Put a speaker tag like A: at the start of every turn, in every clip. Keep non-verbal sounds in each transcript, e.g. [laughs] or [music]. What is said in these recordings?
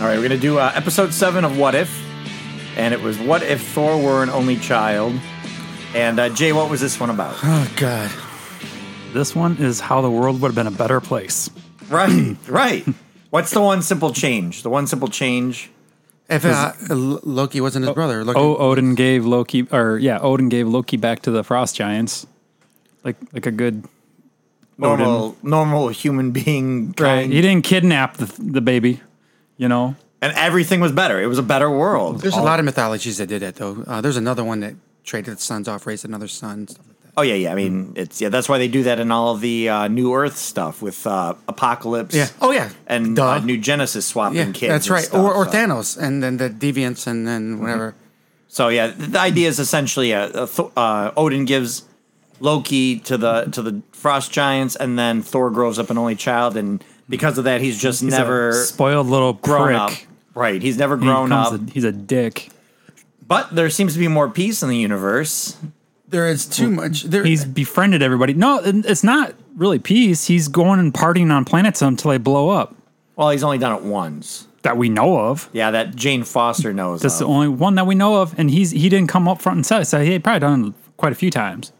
A: All right, we're gonna do uh, episode seven of What If, and it was What If Thor Were an Only Child. And uh, Jay, what was this one
B: [laughs]
A: about?
B: Oh God.
C: This one is how the world would have been a better place.
A: right, right. What's the one simple change? The one simple change.
B: If uh, L- Loki wasn't his brother, Loki.
C: Oh, Odin gave Loki, or yeah, Odin gave Loki back to the frost giants, like like a good
A: Normal, normal human being.
C: right.
A: kind.
C: He didn't kidnap the, the baby, you know.
A: and everything was better. It was a better world.
C: Oh.
B: there's a lot of mythologies that did it though. Uh, there's another one that traded its sons off, raised another son, stuff like that.
A: Oh yeah, yeah. I mean, it's yeah. That's why they do that in all of the uh, New Earth stuff with uh, Apocalypse.
B: Yeah. Oh yeah.
A: and
B: Duh.
A: uh, New Genesis swapping
B: yeah,
A: kids.
B: that's
A: and
B: right.
A: stuff,
B: or or
A: so.
B: Thanos, and then the deviants, and then
C: Mm-hmm.
B: whatever.
A: So yeah, the idea is essentially uh uh Th uh, Odin gives Loki to the to the frost giants, and then Thor grows up an only child, and because of that, he's just
C: He's a
A: never
C: spoiled little
A: grown
C: prick.
A: up. Right, he's never
C: He
A: grown up.
C: becomes a- he's a dick.
A: but there seems to be more peace in the universe.
B: There is too much. There,
C: He's befriended everybody. No, it- it's not really peace. He's going and partying on planets until they blow up
A: Well, he's only done it once.
C: that we know of.
A: Yeah, that Jane Foster knows.
C: That's the
A: of.
C: only one that we know of, and he's he didn't come up front and say. So he had probably done it quite a few times.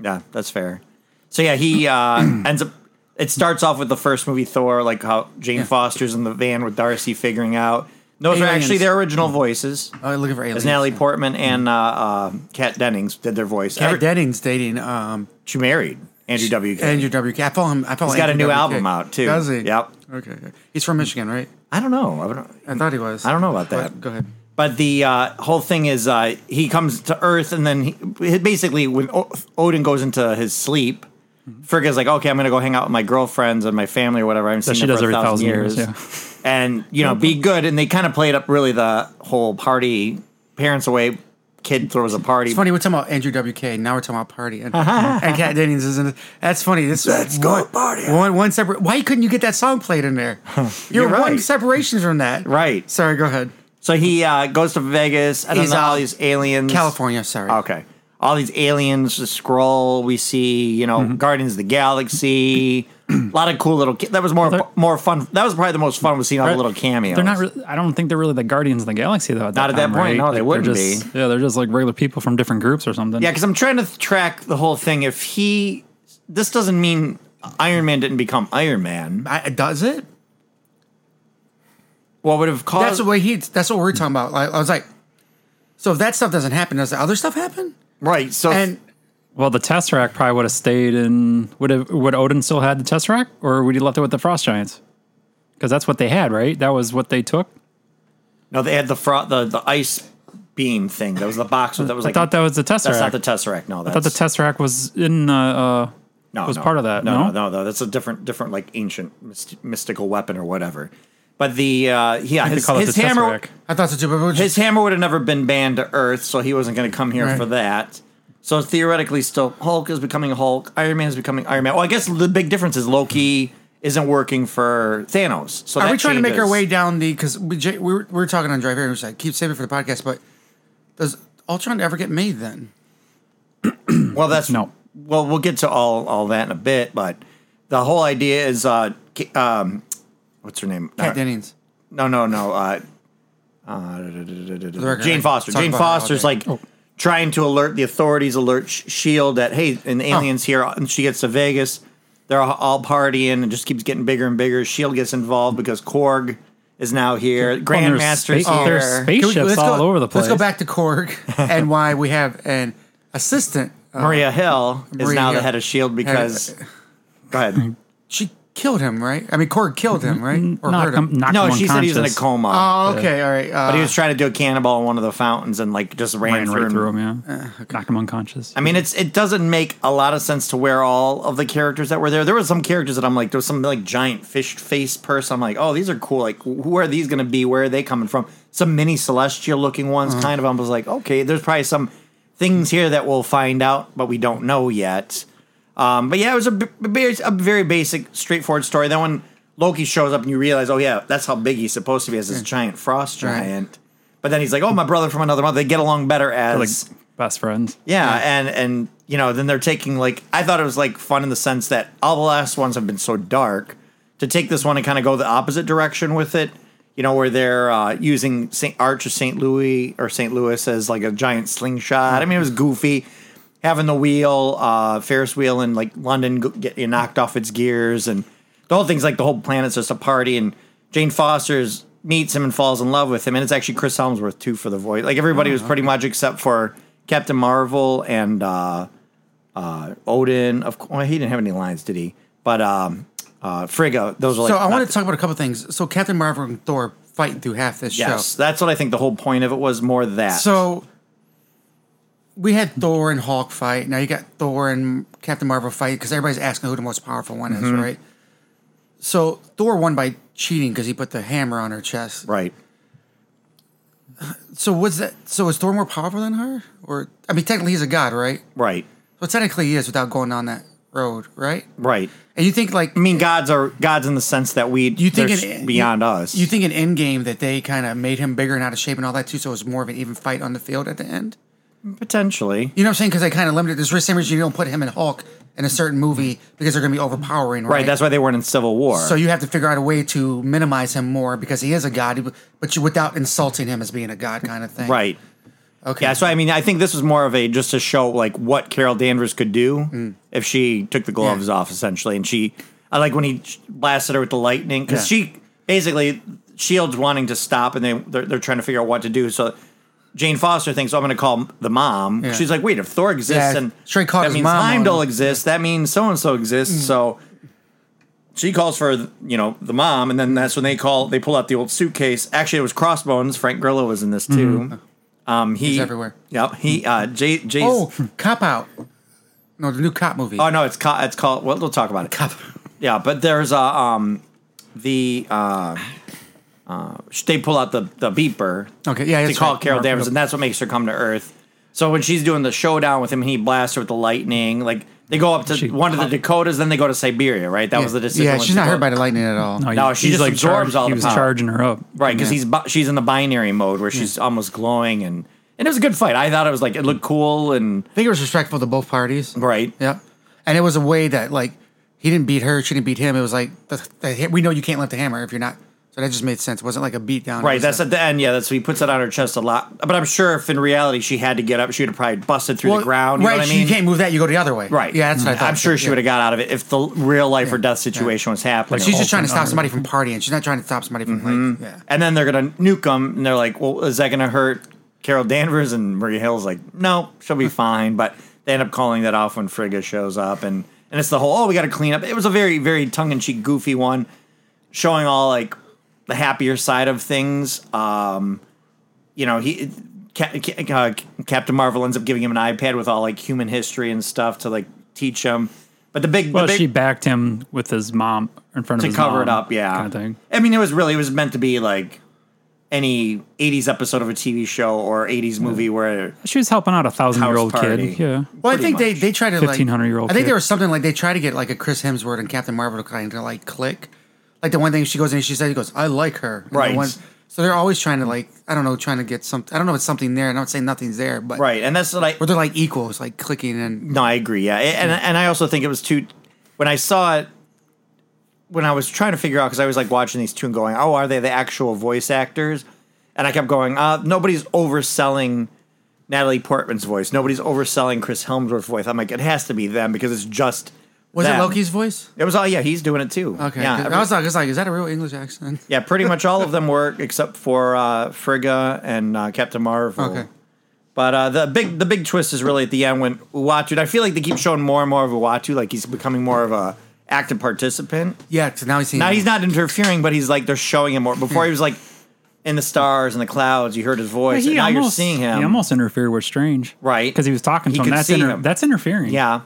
A: Yeah, that's fair. So yeah, he
C: [clears throat]
A: uh, ends up. It starts off with the first movie, Thor, like how Jane Foster's in the van with Darcy figuring out. Those are
B: Aliens.
A: actually their original voices.
B: oh, looking for aliens.
A: As Natalie
B: yeah.
A: Portman and uh, uh, Kat Dennings did their voice.
B: Kat
A: Every-
B: Dennings dating um,
A: she married Andrew W. K.
B: Andrew WK. I follow him. I follow.
A: He's got a
B: Andrew
A: new
B: WK.
A: album out, too.
B: Does he?
A: Yep.
B: Okay. okay. He's from Michigan, right?
A: I don't know. I don't,
B: I thought he was.
A: I don't know about that.
B: But go ahead.
A: But the uh, whole thing is uh, he comes to Earth, and then he, basically, when o- Odin goes into his sleep, Frigga's like, okay, I'm going to go hang out with my girlfriends and my family or whatever. I haven't seen
C: she
A: them
C: does
A: for
C: every
A: a thousand,
C: thousand years,
A: years. And, you know, be good. And they kind of played up really the whole party, parents away, kid throws a party.
B: It's funny, we're talking about Andrew WK. Now we're talking about party. And, and
A: [laughs]
B: Cat Dennings isn't it? That's funny. This Let's
A: go party.
B: One, one separate. Why couldn't you get that song played in
A: [laughs]
B: there? You're, one
A: right.
B: separation from that.
A: Right.
B: Sorry, go ahead.
A: So he uh, goes to Vegas, and
B: He's
A: then all
B: out.
A: these aliens.
B: California, sorry.
A: Okay. All these aliens, the scroll we see, you know,
C: Mm-hmm.
A: Guardians of the Galaxy, a lot of cool little. Ca- that was more more fun. That was probably the most fun we've seen. All the little cameos.
C: They're not. Really, I don't think they're really the Guardians of the Galaxy though.
A: Not at that
C: time,
A: point,
C: right?
A: no, they
C: they're
A: wouldn't
C: just, be. Yeah, they're just like regular people from different groups or something.
A: Yeah, because I'm trying to th- track the whole thing. If he, this doesn't mean Iron Man didn't become Iron Man.
B: I, does it?
A: What would have caused?
B: That's what he. That's what we're talking about. Like, I was like, so if that stuff doesn't happen, does the other stuff happen?
A: right. So
B: And
C: Well, the Tesseract probably would have stayed in. Would have, would Odin still had the Tesseract, or would he left it with the Frost Giants? Because that's what they had, right? That was what they took.
A: no, they had the fro- the the ice beam thing. That was the box that was
C: I
A: like.
C: thought that was the Tesseract.
A: that's not the Tesseract. No,
C: I thought
A: that's
C: the Tesseract was in. Uh, uh,
A: no,
C: was
A: no.
C: part of that,
A: No, no,
C: no?
A: no, no, that's a different, different like ancient myst- mystical weapon or whatever. But the uh, yeah,
C: they
A: his,
C: call it
A: his
C: the
A: hammer,
C: Tesseract.
B: I thought so too, but we're just-
A: his hammer would have never been banned to Earth, so he wasn't going to come here
B: Right.
A: for that. So theoretically, still Hulk is becoming Hulk, Iron Man is becoming Iron Man. Well, I guess the big difference is Loki isn't working for Thanos. So
B: Are
A: that
B: we trying to make our
A: changes.
B: way down the? Because we, J- we, were, we were talking on drive here, and we said keep saving for the podcast. But does Ultron ever get made then?
A: Hmm. Well, that's
C: No.
A: Well, we'll get to all all that in a bit, but the whole idea is uh, K- um, what's her name?
B: Cat
A: Uh,
B: Dennings.
A: No, no, no. Uh, uh, da- da- da- da- da-
B: record,
A: Jane
B: like,
A: Foster.
B: talk
A: Jane
B: about her all
A: Foster's
B: day.
A: like trying to alert the authorities, alert Sh- Shield E that hey, an alien's here, and she gets to Vegas. They're all- all partying and just keeps getting bigger and bigger. Shield E gets involved because Korg is now here.
C: there's
A: Grandmaster's
C: space- oh,
A: here.
C: there's space-
B: Can we-
C: Spaceships
B: let's
C: all over the
B: Let's go
C: place.
B: back to Korg and why we have an assistant. Uh,
A: Maria Hill is
B: Maria
A: now the
B: Hill.
A: head of Shield E because. Go ahead.
B: she killed him, right? I mean, Korg killed him, right? Or
C: knock
B: hurt him.
C: him, knock
A: No,
C: him
A: she said he was in a
C: unconscious.
A: coma.
B: Oh, okay, all right. Uh,
A: but he was trying to do a cannonball in one of the fountains and like just ran,
C: Ran
A: through
C: right
A: him. Uh,
C: through him. Yeah, knock him unconscious.
A: I mean, it's it doesn't make a lot of sense to where all of the characters that were there. There were some characters that I'm like, there was some like giant fish face person. I'm like, oh, these are cool. Like, who are these going to be? Where are they coming from? Some mini celestial looking ones, kind of. I was like, okay, there's probably some things here that we'll find out, but we don't know yet. Um, but yeah, it was a, b- b- a very basic, straightforward story. Then when Loki shows up and you realize, oh yeah, that's how big he's supposed to be as this giant frost
B: Right.
A: giant. But then he's like, oh, my brother from another mother. They get along better as
C: like best friends.
A: yeah, and and you know, then they're taking like I thought it was like fun in the sense that all the last ones have been so dark. To take this one and kind of go the opposite direction with it, you know, where they're uh, using Saint Arch or Saint Louis or Saint Louis as like a giant slingshot. I mean, it was goofy having the wheel, uh, Ferris wheel, and like London go- get you knocked off its gears, and the whole thing's like the whole planet's just a party, and Jane Foster's meets him and falls in love with him, and it's actually Chris Helmsworth too for the voice. Like everybody
B: Oh,
A: was pretty much except for Captain Marvel and uh, uh, Odin. Of course, well, he didn't have any lines, did he? But um, uh, Frigga, those are like
B: so I
A: not
B: want to talk about a couple things. So Captain Marvel and Thor fighting through half this
A: Yes,
B: show.
A: that's what I think. The whole point of it was more that.
B: So we had Thor and Hulk fight. Now you got Thor and Captain Marvel fight because everybody's asking who the most powerful one is, right? So Thor won by cheating because he put the hammer on her chest.
A: right?
B: So was that? So is Thor more powerful than her? Or I mean, technically he's a god, right?
A: Right.
B: So technically he is without going on that road, right?
A: Right.
B: And you think like
A: I mean, gods are gods in the sense that we
B: you think
A: they're
B: in-
A: beyond
B: you-
A: us.
B: You think in Endgame that they kind of made him bigger and out of shape and all that too, so it was more of an even fight on the field at the end.
A: potentially?
B: You know what I'm saying? Because they kind of limited this same reason you don't put him and Hulk in a certain movie because they're going to be overpowering, right?
A: Right. That's why they weren't in Civil War.
B: so you have to figure out a way to minimize him more because he is a god, but you without insulting him as being a god kind of thing,
A: right.
B: Okay.
A: Yeah. So I mean, I think this was more of a just to show like what Carol Danvers could do if she took the gloves
B: Mm. Yeah.
A: off, essentially. And she, I like when he blasted her with the lightning because
B: Yeah.
A: she basically Shield's E wanting to stop, and they they're, they're trying to figure out what to do. So. Jane Foster thinks oh, I'm going to call the mom.
B: Yeah.
A: She's like, wait, if Thor exists,
B: Yeah,
A: and
B: straight called
A: that
B: his
A: means
B: mom on
A: Heimdall
B: him. Mm.
A: exists. That means so and so exists. So she calls for you know the mom, and then that's when they call. They pull out the old suitcase. Actually, it was Crossbones. Frank Grillo was in this too. Um, he
B: He's Mm-hmm. everywhere.
A: Yep. He uh, Jay Jay's. Oh.
B: Oh, cop out. No, the new cop movie.
A: no, it's called. It's called. Well, we'll talk about it.
B: Cop.
A: Yeah, but there's uh, um the uh, uh, they pull out the the beeper.
B: Okay, yeah,
A: They
B: that's
A: call
B: right.
A: Carol
B: Marvel.
A: Danvers, and that's what makes her come to Earth. So when she's doing the showdown with him, and he blasts her with the lightning. Like they go up to one of the Dakotas, then they go to Siberia. Right? That was the decision.
B: Yeah,
A: with
B: she's not
A: Dakota.
B: hurt by the lightning at all.
A: No, she
C: he's
A: just absorbs
C: charged-
A: all
C: He
A: the
C: was
A: power.
C: charging her up.
A: Right, because
B: Yeah.
A: he's bi- she's in the binary mode where she's almost glowing, and and it was a good fight. I thought it was like it looked cool and
B: I think it was respectful to both parties.
A: right.
B: Yep. And it was a way that like he didn't beat her, she didn't beat him. It was like the, the, we know you can't lift the hammer if you're not. So that just made sense. It wasn't like a beat down. It
A: Right,
B: was
A: that's
B: a,
A: at the end. Yeah, that's he puts it on her chest a lot. But I'm sure if in reality she had to get up, she would have probably busted through the ground. You
B: right.
A: know what I
B: You
A: mean?
B: can't move that. You go the other way.
A: right. Mm-hmm.
B: Yeah, that's what I thought.
A: I'm sure
B: too,
A: she
B: yeah.
A: would have got out of it if the real life or death situation was happening.
B: She's just
C: Hulk
B: trying to
C: and
B: stop
C: Iron
B: somebody from partying. She's not trying to stop somebody from like. Yeah.
A: and then they're gonna nuke them, and they're like, "Well, is that gonna hurt Carol Danvers?" And Maria Hill's like, "No, she'll
C: [laughs]
A: be fine." But they end up calling that off when Frigga shows up, and and it's the whole, "Oh, we got to clean up." It was a very, very tongue in cheek, goofy one, showing all like the happier side of things. Um, you know, he. Ca- Ca- uh, Captain Marvel ends up giving him an iPad with all like human history and stuff to like teach him. But the big, the
C: Well,
A: big,
C: she backed him with his mom in front of
A: to
C: his
A: cover it
C: mom,
A: up. Yeah,
C: kind of thing.
A: I mean, it was really it was meant to be like any '80s episode of a TV show or '80s movie where
C: She was helping out a thousand year old
A: House party.
C: kid. Yeah,
B: Well, I
A: Pretty
B: think they
A: much.
B: they tried to like
C: 1500-year-old
B: I think
C: kid.
B: there was something like they tried to get like a Chris Hemsworth and Captain Marvel to kind of like click. Like the one thing she goes in, and she said, "He goes, I like her." And the
A: Right.
B: one- so they're always trying to like I don't know, trying to get something. I don't know if it's something there. and I'm not saying nothing's there, but
A: right, and that's what I
B: Or they're like equals, like clicking and
A: no, I agree. Yeah, and and I also think it was too when I saw it when I was trying to figure out because I was like watching these two and going, oh, are they the actual voice actors? And I kept going, uh, nobody's overselling Natalie Portman's voice. Nobody's overselling Chris Helmsworth's voice. I'm like, it has to be them because it's just.
B: was
A: them.
B: it Loki's voice?
A: It was all yeah. He's doing it too.
B: Okay,
A: yeah.
B: 'cause
A: every-
B: I was like, I was like, is that a real English accent?
A: Yeah, pretty much all of them were except for uh, Frigga and uh, Captain Marvel.
B: Okay.
A: But uh, the big the big twist is really at the end when Uatu. and I feel like they keep showing more and more of Uatu, like he's becoming more of a active participant.
B: Yeah, because now he's seeing.
A: Now he's not interfering, but he's like they're showing him more. Before he was like in the stars and the clouds, you heard his voice. and now you're seeing him.
C: He almost interfered with Strange,
A: Right.
C: Because he was talking to
A: He
C: him.
A: could
C: That's
A: see
C: inter-
A: him.
C: that's interfering.
A: Yeah.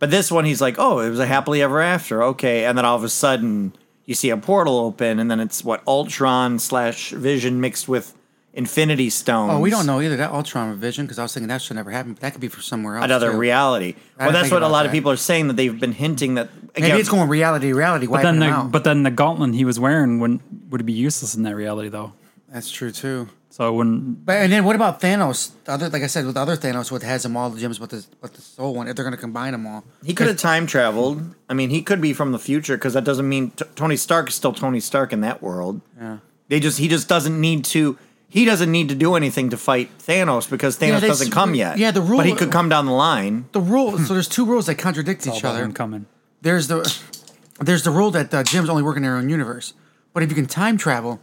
A: But this one, he's like, oh, it was a happily ever after. Okay. And then all of a sudden, you see a portal open, and then it's what Ultron slash Vision mixed with Infinity Stones.
B: oh, we don't know either. That Ultron vision, because I was thinking that should never happen. But that could be for somewhere else.
A: Another
B: too.
A: reality. Well,
B: didn't
A: that's
B: think
A: what a
B: about
A: lot of
B: that.
A: people are saying that they've been hinting that. Again,
B: Maybe it's going reality, to reality.
C: But then, the,
B: out.
C: but then the gauntlet he was wearing wouldn't would be useless in that reality though.
B: that's true too.
C: So it wouldn't.
B: But and then what about Thanos? The other, like I said, with the other Thanos, what has them all the gems, but the but the soul one. If they're gonna combine them all,
A: He could have time traveled. I mean, he could be from the future because that doesn't mean t- Tony Stark is still Tony Stark in that world.
B: Yeah.
A: They just he just doesn't need to he doesn't need to do anything to fight Thanos because Thanos
B: they
A: doesn't
B: s-
A: come yet.
B: yeah, the
A: But he
B: rule-
A: could come down the line.
B: The rule. So there's two rules that contradict each
C: All of
B: other.
C: them coming.
B: There's the there's the rule that uh, Jim's only working in their own universe. But if you can time travel,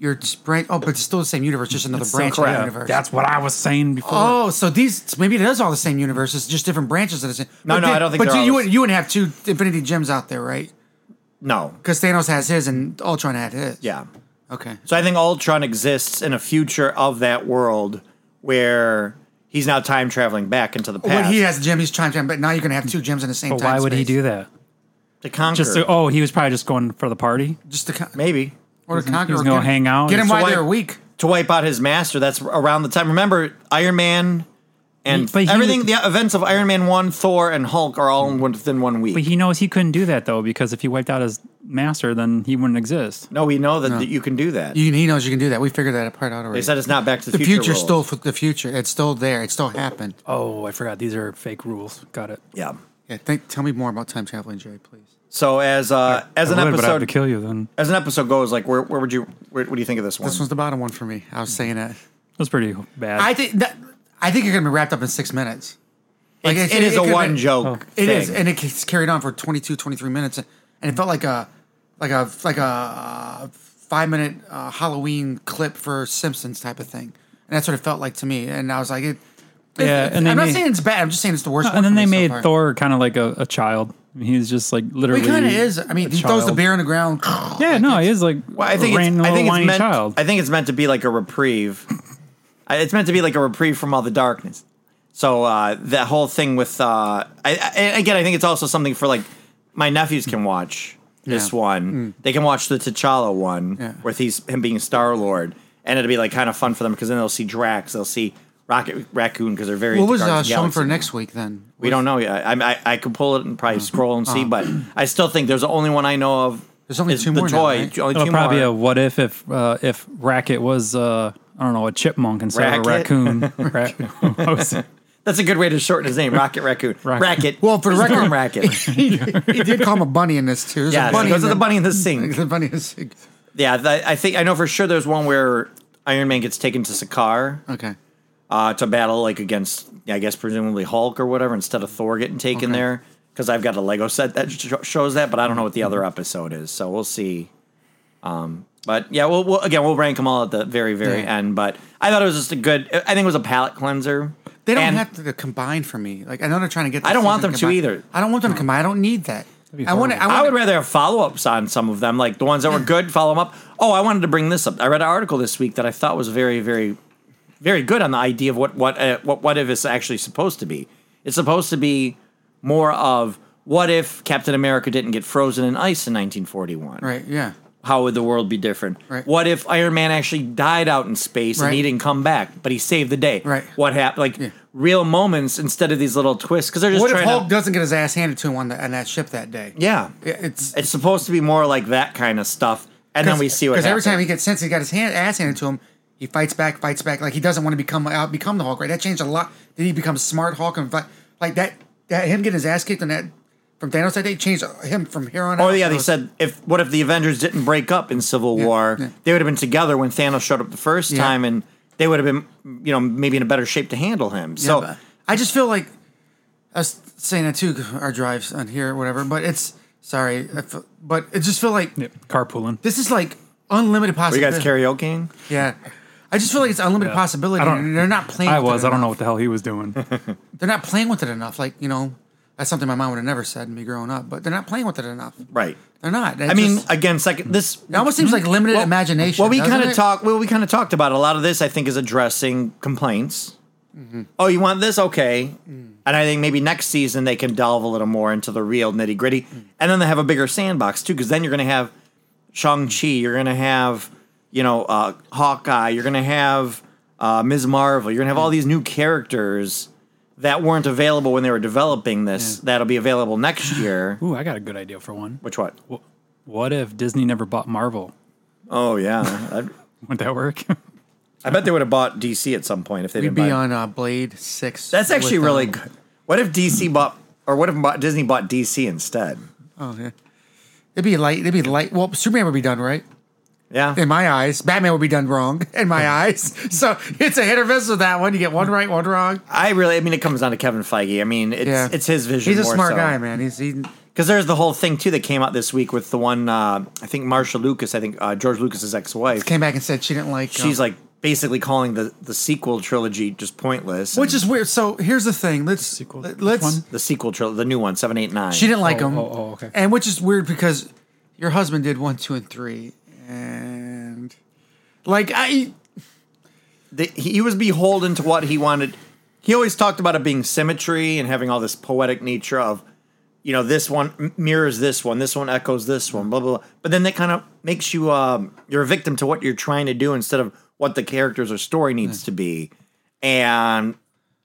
B: you're just branch. Oh, but it's still the same universe, just another branch of the
C: Yeah,
B: universe.
C: That's what I was saying before.
B: Oh, so these maybe it is all the same universe. It's just different branches of the same.
A: No,
B: but
A: no,
B: then-
A: I don't think
B: But
A: they're
B: you,
A: all
B: you
A: the
B: would you wouldn't have two Infinity Gems out there, right?
A: No.
B: Because Thanos has his and Ultron had his.
A: Yeah.
B: Okay.
A: So I think Ultron exists in a future of that world where he's now time traveling back into the
B: But
A: past
B: he has a gem, he's time gem, but now you're gonna have two gems in the same
C: but
B: time.
C: why would he
B: space.
C: do that?
A: to conquer.
C: Just to, oh, he was probably just going for the party.
B: Just to con-
A: maybe.
B: or to conquer?
C: he's
B: or
C: gonna
B: get-
C: hang out.
B: Get him
C: So
B: while
A: why-
B: they're weak.
A: to wipe out his master. That's around the time. Remember, Iron Man and
C: He- but he-
A: everything. The events of Iron Man one, Thor, and Hulk are all in one, within one week.
C: But he knows he couldn't do that though, because if he wiped out his master, then he wouldn't exist.
A: no, we know that, that you can do that.
B: You, he knows you can do that. We figured that part out already.
A: they said it's not Back to the,
B: the
A: Future.
B: future
A: rules.
B: still for the future. It's still there. It still happened.
C: Oh, I forgot. These are fake rules. Got it.
A: yeah.
B: Yeah. Think, tell me more about time traveling, Jerry, please.
A: So as uh, as
C: I
A: an
C: would, Oh, but I have
A: episode
C: to kill you. Then
A: as an episode goes, like where where would you where, what do you think of this one?
B: This one's the bottom one for me. I was saying it.
C: that's pretty bad.
B: I think that I think you're gonna be wrapped up in six minutes. Like
A: It's-
B: it-
A: it is
B: it
A: a
B: could- Oh.
A: one joke.
B: It is,
A: thing.
B: and it gets carried on for 22, 23 minutes, and it felt like a, like a, like a uh, five minute uh, Halloween clip for Simpsons type of thing, and that's what it felt like to me. And I was like, it, it-
C: Yeah,
B: it-
C: and they
B: I'm not
C: made-
B: saying it's bad. I'm just saying it's the worst. one
C: and then
B: for
C: they
B: me so
C: made
B: far.
C: Thor kind of like a, a child. He's just like
B: He
C: literally.
B: kind of is. I mean,
C: a
B: he throws the
C: child.
B: beer on the ground.
C: Yeah, no, he is like.
A: Well, I think it's,
C: a rain-
A: I think
C: little
A: it's
C: whiny
A: meant
C: child.
A: I think it's meant to be like a reprieve. I- it's meant to be like a reprieve from all the darkness. So uh, that whole thing with uh, I, I, and again, I think it's also something for like my nephews can watch this
B: Yeah. Mm.
A: one. They can watch the T'Challa one
B: Yeah.
A: with he's him being Star Lord, and it'll be like kind of fun for them because then they'll see Drax, they'll see Rocket Raccoon because they're very.
B: What
A: into
B: was uh,
A: Guardians of the
B: shown for
A: Galaxy.
B: next week then?
A: We don't know yet. I, I I could pull it and
B: Uh-huh.
A: probably scroll and see, but I still think there's the only one I know of.
B: There's only
A: is
B: two
A: the
B: more now,
A: toy.
B: right?
A: Only
C: It'll
A: two
C: probably
A: more.
C: be a what if if uh, if Racket was uh, I don't know a chipmunk instead
A: Racket?
C: [laughs] of a raccoon. Ra- I was-
A: That's a good way to shorten his
B: [laughs]
A: name, Rocket Raccoon. Racket.
B: Well, for the
A: Just call
B: record-
A: him
B: [laughs]
A: Racket.
B: [laughs] he, he did call him a bunny in this too. There's
A: yeah,
B: a bunny.
A: because of
B: in
A: the
B: the-
A: bunny
B: [laughs]
A: in the sink.
B: The bunny is
A: Yeah, th- I think I know for sure. There's one where Iron Man gets taken to Sakaar
B: okay.
A: uh, to battle, like against, I guess presumably Hulk or whatever, instead of Thor getting taken
B: Okay.
A: there. Because I've got a Lego set that sh- shows that, but I don't know what the
B: Mm-hmm.
A: other episode is, so we'll see. Um, but yeah, we'll, we'll again we'll rank them all at the very very
B: Yeah.
A: end. But I thought it was just a good. I think it was a palate cleanser.
B: They don't
A: And-
B: have to combine for me. Like I know they're trying to get.
A: I don't
B: this
A: want
B: season
A: them to
B: combined.
A: either.
B: I don't want them to combine. I don't need that.
C: be
B: I want. I,
A: I
C: horrible.
B: want
A: would rather have follow ups on some of them, like the ones that were good, follow them up. Oh, I wanted to bring this up. I read an article this week that I thought was very, very, very good on the idea of what what uh, what what if it's actually supposed to be. It's supposed to be more of what if Captain America didn't get frozen in ice in 1941?
B: Right. Yeah.
A: How would the world be different?
B: Right.
A: What if Iron Man actually died out in space and he
B: Right.
A: didn't come back, but he saved the day?
B: Right.
A: What happened? Like real moments instead of these little twists because they're just
B: What if
A: trying
B: Hulk
A: to.
B: doesn't get his ass handed to him on, the, on that ship that day?
A: yeah.
B: It- It's
A: It's supposed to be more like that kind of stuff, and then we see what
B: because every
A: happens.
B: time he gets sense, he got his hand ass handed to him. He fights back, fights back. Like he doesn't want to become out, become the Hulk. Right. That changed a lot. Did he become smart Hulk and fight, like that? That him getting his ass kicked on that from Thanos that day changed him from here on.
A: Oh
B: out.
A: yeah, they
B: So-
A: said if what if the Avengers didn't break up in Civil
B: Yeah,
A: War,
B: yeah.
A: they would have been together when Thanos showed up the first
B: Yeah.
A: time, and they would have been you know maybe in a better shape to handle him. So
B: Yeah, but I just feel like I was saying that too. Our drives on here, whatever. But it's sorry, I feel, but it just feel like
C: Yep, carpooling.
B: this is like unlimited
A: you guys
B: possibility.
A: karaokeing?
B: yeah. I just feel like it's unlimited possibility.
C: I don't-
B: and they're not playing.
C: I
B: with it
C: was. I don't know
B: enough.
C: what the hell he was doing.
B: They're not playing with it enough. Like you know, that's something my mom would have never said to me growing up. But they're not playing with it enough.
A: Right.
B: They're not.
A: I mean, again, second this.
B: it almost seems like limited imagination.
A: Well, we
B: doesn't
A: kind of
B: it?
A: talked. Well, we kind of talked about it. a lot of this. I think is addressing complaints.
B: Mm-hmm.
A: Oh, you want this? Okay. And I think maybe next season they can delve a little more into the real nitty gritty,
B: Mm.
A: and then they have a bigger sandbox too, because then you're going to have Shang Chi, you're going to have you know uh, Hawkeye, you're going to have uh, Ms. Marvel, you're going to
B: Mm.
A: have all these new characters that weren't available when they were developing this. That'll be available next year.
C: [laughs] Ooh, I got a good idea for one.
A: Which what?
C: What if Disney never bought Marvel?
A: Oh yeah, I'd-
C: Would that work?
A: I, bet they would have bought DC at some point if they
B: We'd
A: didn't buy
B: be on uh, Blade Six.
A: That's actually
B: with,
A: really
B: um,
A: good. What if DC bought, or what if bo- Disney bought DC instead?
B: Oh yeah. It'd be light. It'd be light. Well, Superman would be done, right?
A: Yeah.
B: in my eyes. Batman would be done wrong [laughs] in my eyes. So it's a hit or miss with that one. You get one right, one wrong.
A: I really, I mean, it comes down to Kevin Feige. I mean, it's
B: Yeah.
A: it's his vision.
B: He's a
A: more
B: smart
A: so.
B: guy, man. He's he,
A: Because there's the whole thing too that came out this week with the one uh, I think Marsha Lucas, I think uh, George Lucas's ex-wife.
B: came back and said she didn't like.
A: She's
B: um,
A: like basically calling the the sequel trilogy just pointless.
B: which is weird. So here's the thing. Let's
C: Sequel. Which
B: let's.
C: one?
A: the sequel trilogy, the new one, seven, eight, nine.
B: She didn't like
C: Oh,
B: him.
C: oh, oh, okay.
B: And which is weird because your husband did one, two, and three, and like I
A: the, he was beholden to what he wanted. He always talked about it being symmetry and having all this poetic nature of, you know, this one m- mirrors this one, this one echoes this one, blah blah. blah. But then that kind of makes you um, you're a victim to what you're trying to do instead of what the characters or story needs to be. And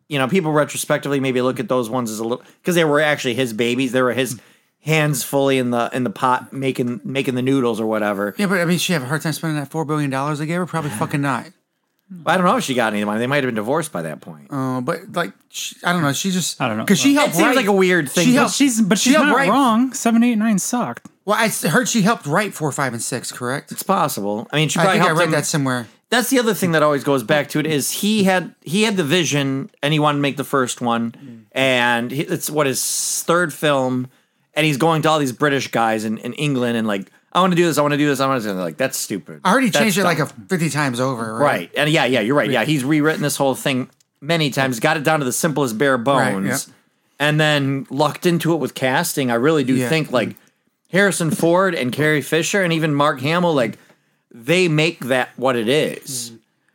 A: you know, people retrospectively maybe look at those ones as a little because they were actually his babies. They were his hands fully in the in the pot making making the noodles or whatever.
B: yeah, but I mean, she have a hard time spending that four billion dollars they gave her. Probably fucking not.
A: I don't know if she got any money. They might have been divorced by that point.
B: Uh, but like she, I don't know. She just
C: I don't know.
B: because she
C: It
B: helped.
A: seems
B: write-
A: like a weird thing,
B: She
A: but
C: [laughs] But
B: helped,
C: she's but
B: she
C: she's
B: helped
C: not
B: write-
C: wrong. Seven, eight, nine sucked.
B: Well, I s- heard she helped write four, five, and six. Correct.
A: It's possible. I mean, she
B: I
A: probably
B: think I
A: helped
B: read
A: him-
B: that somewhere.
A: That's the other thing that always goes back to it is he had he had the vision and he wanted to make the first
B: Mm.
A: one, and he, it's what his third film, and he's going to all these British guys in, in England and like I want to do this, I want to do this, I want to do this. like that's stupid.
B: I already
A: That's
B: changed it
A: dumb.
B: like a fifty times over. Right.
A: right, and yeah, yeah, you're right. Yeah, he's rewritten this whole thing many times, got it down to the simplest bare bones,
B: Right, yeah.
A: and then lucked into it with casting. I really do
B: Yeah.
A: think like Harrison Ford and Carrie Fisher and even Mark Hamill like they make that what it is.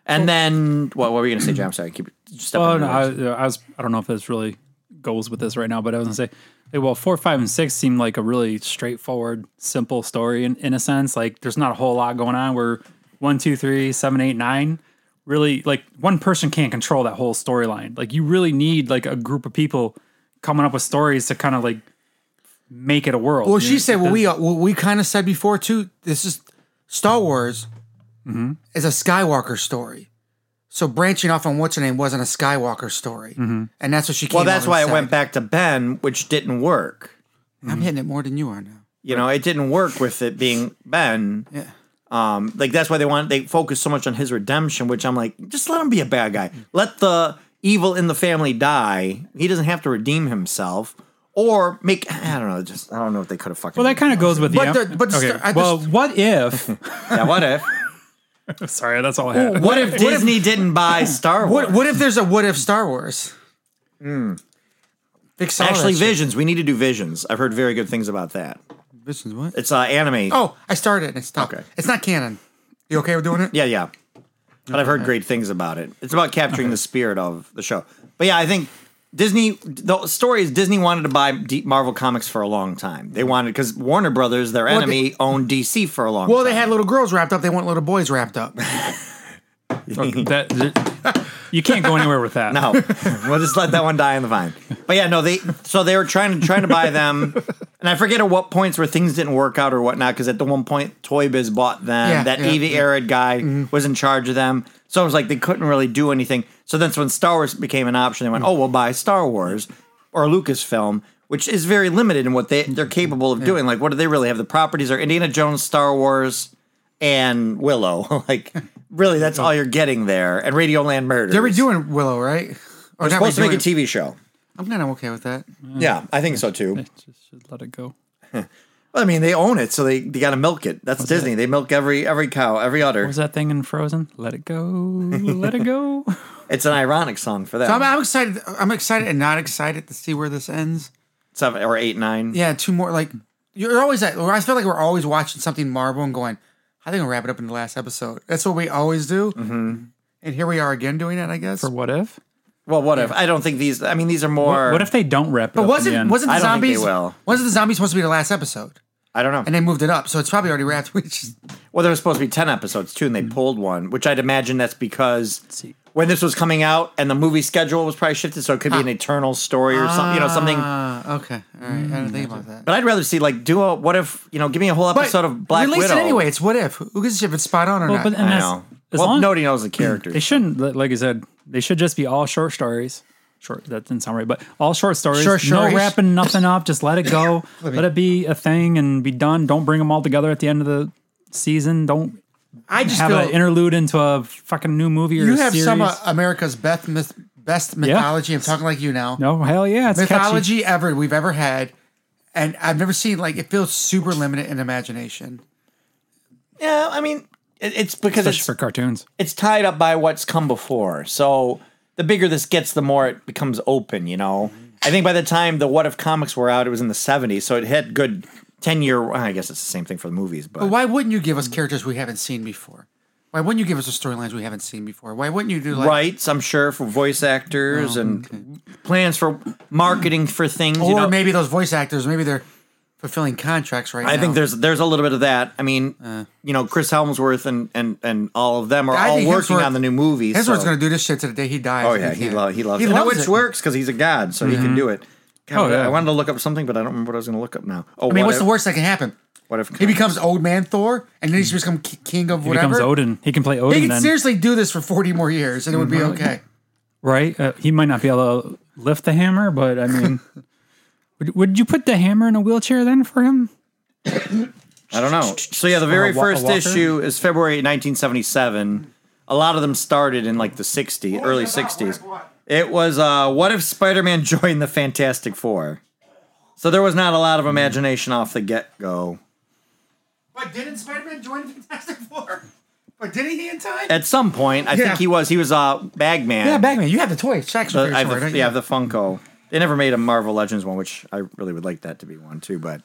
A: And then what, what were you gonna say, John? I'm sorry, keep stepping.
C: Oh
A: on
C: no,
A: your
C: I,
A: toes.
C: I was. I don't know if this really goes with this right now, but I was gonna say, like, well, four, five, and six seem like a really straightforward, simple story in, in a sense. Like, there's not a whole lot going on. Where one, two, three, seven, eight, nine, really like one person can't control that whole storyline. Like, you really need like a group of people coming up with stories to kind of like make it a world.
B: Well, she said what we what we kind of said before too. This is Star Wars
A: Mm-hmm.
B: is a Skywalker story. So branching off on what's her name wasn't a Skywalker story, and that's what she. Came
A: Mm-hmm. well, that's
B: out and
A: why I
B: said.
A: went back to Ben, which didn't work.
B: I'm hitting it more than you are now.
A: You know, it didn't work with it being Ben.
B: Yeah.
A: Um, like that's why they want they focus so much on his redemption, which I'm like, just let him be a bad guy. Let the evil in the family die. He doesn't have to redeem himself or make. I don't know. Just I don't know if they could have fucking.
C: Well, that kind of goes with
B: But
C: the.
B: the- but
C: okay.
B: st- I
C: well,
B: just-
C: what if?
B: [laughs]
A: Yeah, what if?
C: sorry, that's all I had.
A: What if Disney didn't buy Star Wars?
B: What what if there's a what if Star Wars? Fix all that
A: Hmm. Actually,
B: shit.
A: visions. We need to do visions. I've heard very good things about that.
B: Visions what?
A: It's uh, anime.
B: Oh, I started and it stopped.
A: Okay.
B: It's not canon. You okay with doing it?
A: Yeah, yeah. But I've heard great things about it. It's about capturing the spirit of the show. But yeah, I think Disney. The story is Disney wanted to buy D- Marvel comics for a long time. They wanted because Warner Brothers, their
B: they-
A: enemy, owned DC for a long.
B: Well,
A: time.
B: they had little girls wrapped up. They want little boys
A: [laughs]
B: wrapped up. [laughs]
C: that, that- you can't go anywhere with that.
A: No, [laughs] we'll just let that one die in the vine. But yeah, no, they so they were trying to trying to buy them, and I forget at what points where things didn't work out or whatnot. Because at the one point, Toy Biz bought them.
B: Yeah,
A: that
B: yeah,
A: Evie Arid guy was in charge of them, so it was like they couldn't really do anything. So that's when Star Wars became an option. They went, oh, we'll buy Star Wars or Lucasfilm. Which is very limited in what they they're capable of doing. Like, what do they really have? The properties are Indiana Jones, Star Wars, and Willow. [laughs] like, really, that's all you're getting there. And Radioland Murders.
B: They're redoing Willow, right? Or
A: They're
B: not
A: supposed to make a
B: redoing-
A: TV show.
B: I'm kind of okay with that.
A: Yeah, I think so too.
C: Just, just let it go.
A: I mean, they own it, so they, they got to milk it. That's Disney. They milk every every cow, every udder.
C: Was that thing in Frozen? Let it go. Let it go.
A: It's an ironic song for
B: So I'm,
A: that.
B: I'm excited. I'm excited and not excited to see where this ends.
A: Seven or eight, nine.
B: Yeah, two more. Like you're always at. I feel like we're always watching something Marvel and going, "How they gonna wrap it up in the last episode?" That's what we always do. Mm-hmm. And here we are again doing it. I guess.
C: Or what if?
A: Well, what if? I don't think these. I mean, these are more.
C: What if they don't wrap it but up? in
B: wasn't
C: the end?
B: wasn't the
A: I don't think they
B: zombies?
A: will.
B: Wasn't the zombies supposed to be the last episode?
A: I don't know.
B: And they moved it up, so it's probably already wrapped. [laughs] Which is-
A: Well, there was supposed to be 10 episodes too, and they pulled one, which I'd imagine that's because when this was coming out and the movie schedule was probably shifted, so it could be an eternal story or something, you know, something.
B: Ah,
A: Uh,
B: okay, all right. I didn't think about that.
A: But I'd rather see, like, do a what if, you know, give me a whole episode of Black
B: release
A: Widow.
B: it anyway. It's what if? Who gives a shit if it's spot on or
C: Well,
B: not?
C: but and
A: I
C: that's,
A: know.
C: As
A: Well,
C: long,
A: nobody knows the
C: they
A: characters.
C: shouldn't. li- Like I said, they should just be all short stories. Short. That didn't sound right, but all short stories.
B: Short stories.
C: No wrapping nothing up. Just let it go. let it be a thing and be done. Don't bring them all together at the end of the season. Don't
B: I just
C: have
B: feel
C: an interlude into a fucking new movie or
B: you
C: a
B: have
C: series.
B: some uh, of America's best myth, best mythology. I'm talking like you now.
C: no, hell yeah, it's catchy.
B: mythology ever we've ever had, and I've never seen like it feels super limited in imagination.
A: Yeah, I mean, it, it's because
C: especially
A: it's
C: for cartoons.
A: it's tied up by what's come before. So the bigger this gets, the more it becomes open, you know? I think by the time the What If comics were out, it was in the 70s. So it had good 10 year. I guess it's the same thing for the movies, but.
B: Why wouldn't you give us characters we haven't seen before? Why wouldn't you give us the storylines we haven't seen before? Why wouldn't you do like
A: Rights, I'm sure, for voice actors and plans for marketing for things.
B: Oh, or
A: you know?
B: maybe those voice actors maybe they're fulfilling contracts right now.
A: I think there's there's a little bit of that. I mean, you know, Chris Helmsworth and and and all of them are
B: Uh. I
A: all
B: think
A: working
B: Hemsworth-
A: on the new movies.
B: Hemsworth's
A: so-
B: gonna do this shit to the day he dies.
A: Oh
B: if
A: yeah, he,
B: can.
A: lo- he loves
B: He
A: it. No,
B: loves
A: which
B: it. Mm-hmm.
A: works because he's a god, so he can do it. God,
C: Oh, yeah.
A: I wanted to look up something, but I don't remember what I was going to look up now. Oh,
B: I mean,
A: what
B: what's
A: if,
B: the worst that can happen?
A: What if
B: He becomes old man Thor, and then he's become k- king of
C: He becomes
B: whatever.
C: Odin. He can play Odin
B: He could
C: then, Mm-hmm.
B: seriously do this for forty more years, and it would be okay.
C: right? Uh, he might not be able to lift the hammer, but I mean, [laughs] would, would you put the hammer in a wheelchair then for him?
A: I don't know. So yeah, the very
C: a wa- a
A: first
C: walker?
A: issue is February 1977. A lot of them started in like the 60s, early 60s. It was uh, what if Spider-Man [laughs] joined the Fantastic Four? So there was not a
B: Hmm.
A: lot of imagination off the get-go.
B: But didn't Spider-Man join the Fantastic Four? But didn't he in time?
A: At some point, I
B: Yeah.
A: think he was he was uh, Bagman.
B: yeah, Bagman. You have the toy. Shaq's
A: But I have
B: uh,
A: the,
B: right?
A: yeah, I have the Funko. They never made a Marvel Legends one, which I really would like that to be one too. But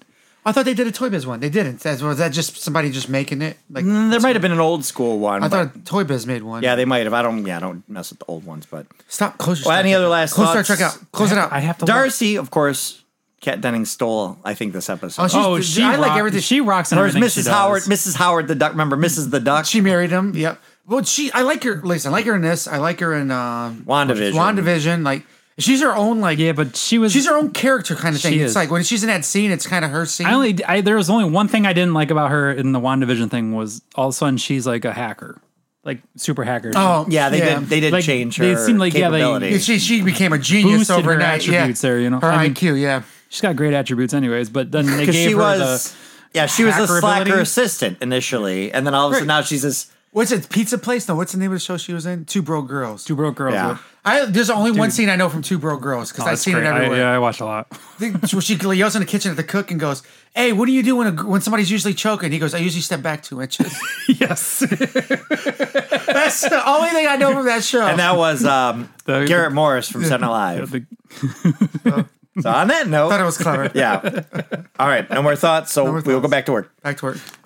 B: I thought they did a Toy Biz one. They didn't. That's, was that just somebody just making it? Like
A: Mm, there might have been an old school one.
B: I
A: but-
B: thought Toy Biz made one.
A: yeah, they might have. I don't. Yeah, I don't mess with the old ones. But
B: Stop. Close your.
A: Well,
B: Star
A: any
B: Trek
A: other
B: out.
A: last
B: Close Star
A: thoughts?
B: Trek out. Close it out.
C: I have to.
A: Darcy, of course, Kat Denning stole. I think this episode.
B: Oh, she-
C: Look. Oh, she.
B: I like
C: rock-
B: everything.
C: She rocks. in
A: There's
C: everything she
A: Mrs.
C: does.
A: Howard. Mrs. Howard the duck. Remember Mrs. the duck.
B: She married him. Yep. Well, she. I like her. Listen, I like her in this. I like her in uh,
A: WandaVision.
B: WandaVision. Like she's her own. Like
C: Yeah, but she was.
B: she's her own character kind of thing.
C: She
B: It's
C: is.
B: like when she's in that scene, it's kind of her scene.
C: I only I, there was only one thing I didn't like about her in the WandaVision thing was all of a sudden she's like a hacker, like super hacker.
B: oh
A: Yeah, they did. They did
C: Like,
A: change her.
C: they seem like, yeah, they-
A: capability.
B: Yeah, she she became a genius
C: Boosted her
B: overnight. yeah.
C: attributes there, you know?
B: her
C: I mean-
B: IQ. Yeah.
C: she's got great attributes, anyways. But then [laughs] they
A: because
C: gave
A: she
C: her
A: was.
C: the
A: yeah, she was the
C: hacker
A: slacker
C: ability.
A: assistant initially, and then all of a sudden
B: Right.
A: now she's this.
B: What's it? Pizza Place? No. What's the name of the show she was in? Two Bro Girls.
C: two broke girls.
A: Yeah.
C: yeah.
B: I there's only one scene I know from Two Bro Girls because I've
C: Oh, That's
B: seen
C: great.
B: it
C: I-
B: everywhere.
C: yeah, I watched a lot.
B: think- so she yells in the kitchen at the cook and goes, "Hey, what do you do when a, when somebody's usually choking?" He goes, "I usually step back two inches."
C: [laughs]
B: [laughs]
C: yes,
B: That's the only thing I know from that
A: [laughs]
B: show.
A: And that was um,
C: [laughs] The-
A: Garrett Morris from Saturday
C: [laughs]
A: Night Live.
C: [laughs] The-
A: So on that
B: I thought it
A: note,
B: was clever. [laughs]
C: [laughs]
A: yeah. All right, no more thoughts. So
B: more
A: we'll go
B: thoughts.
A: back to work.
B: Back to work.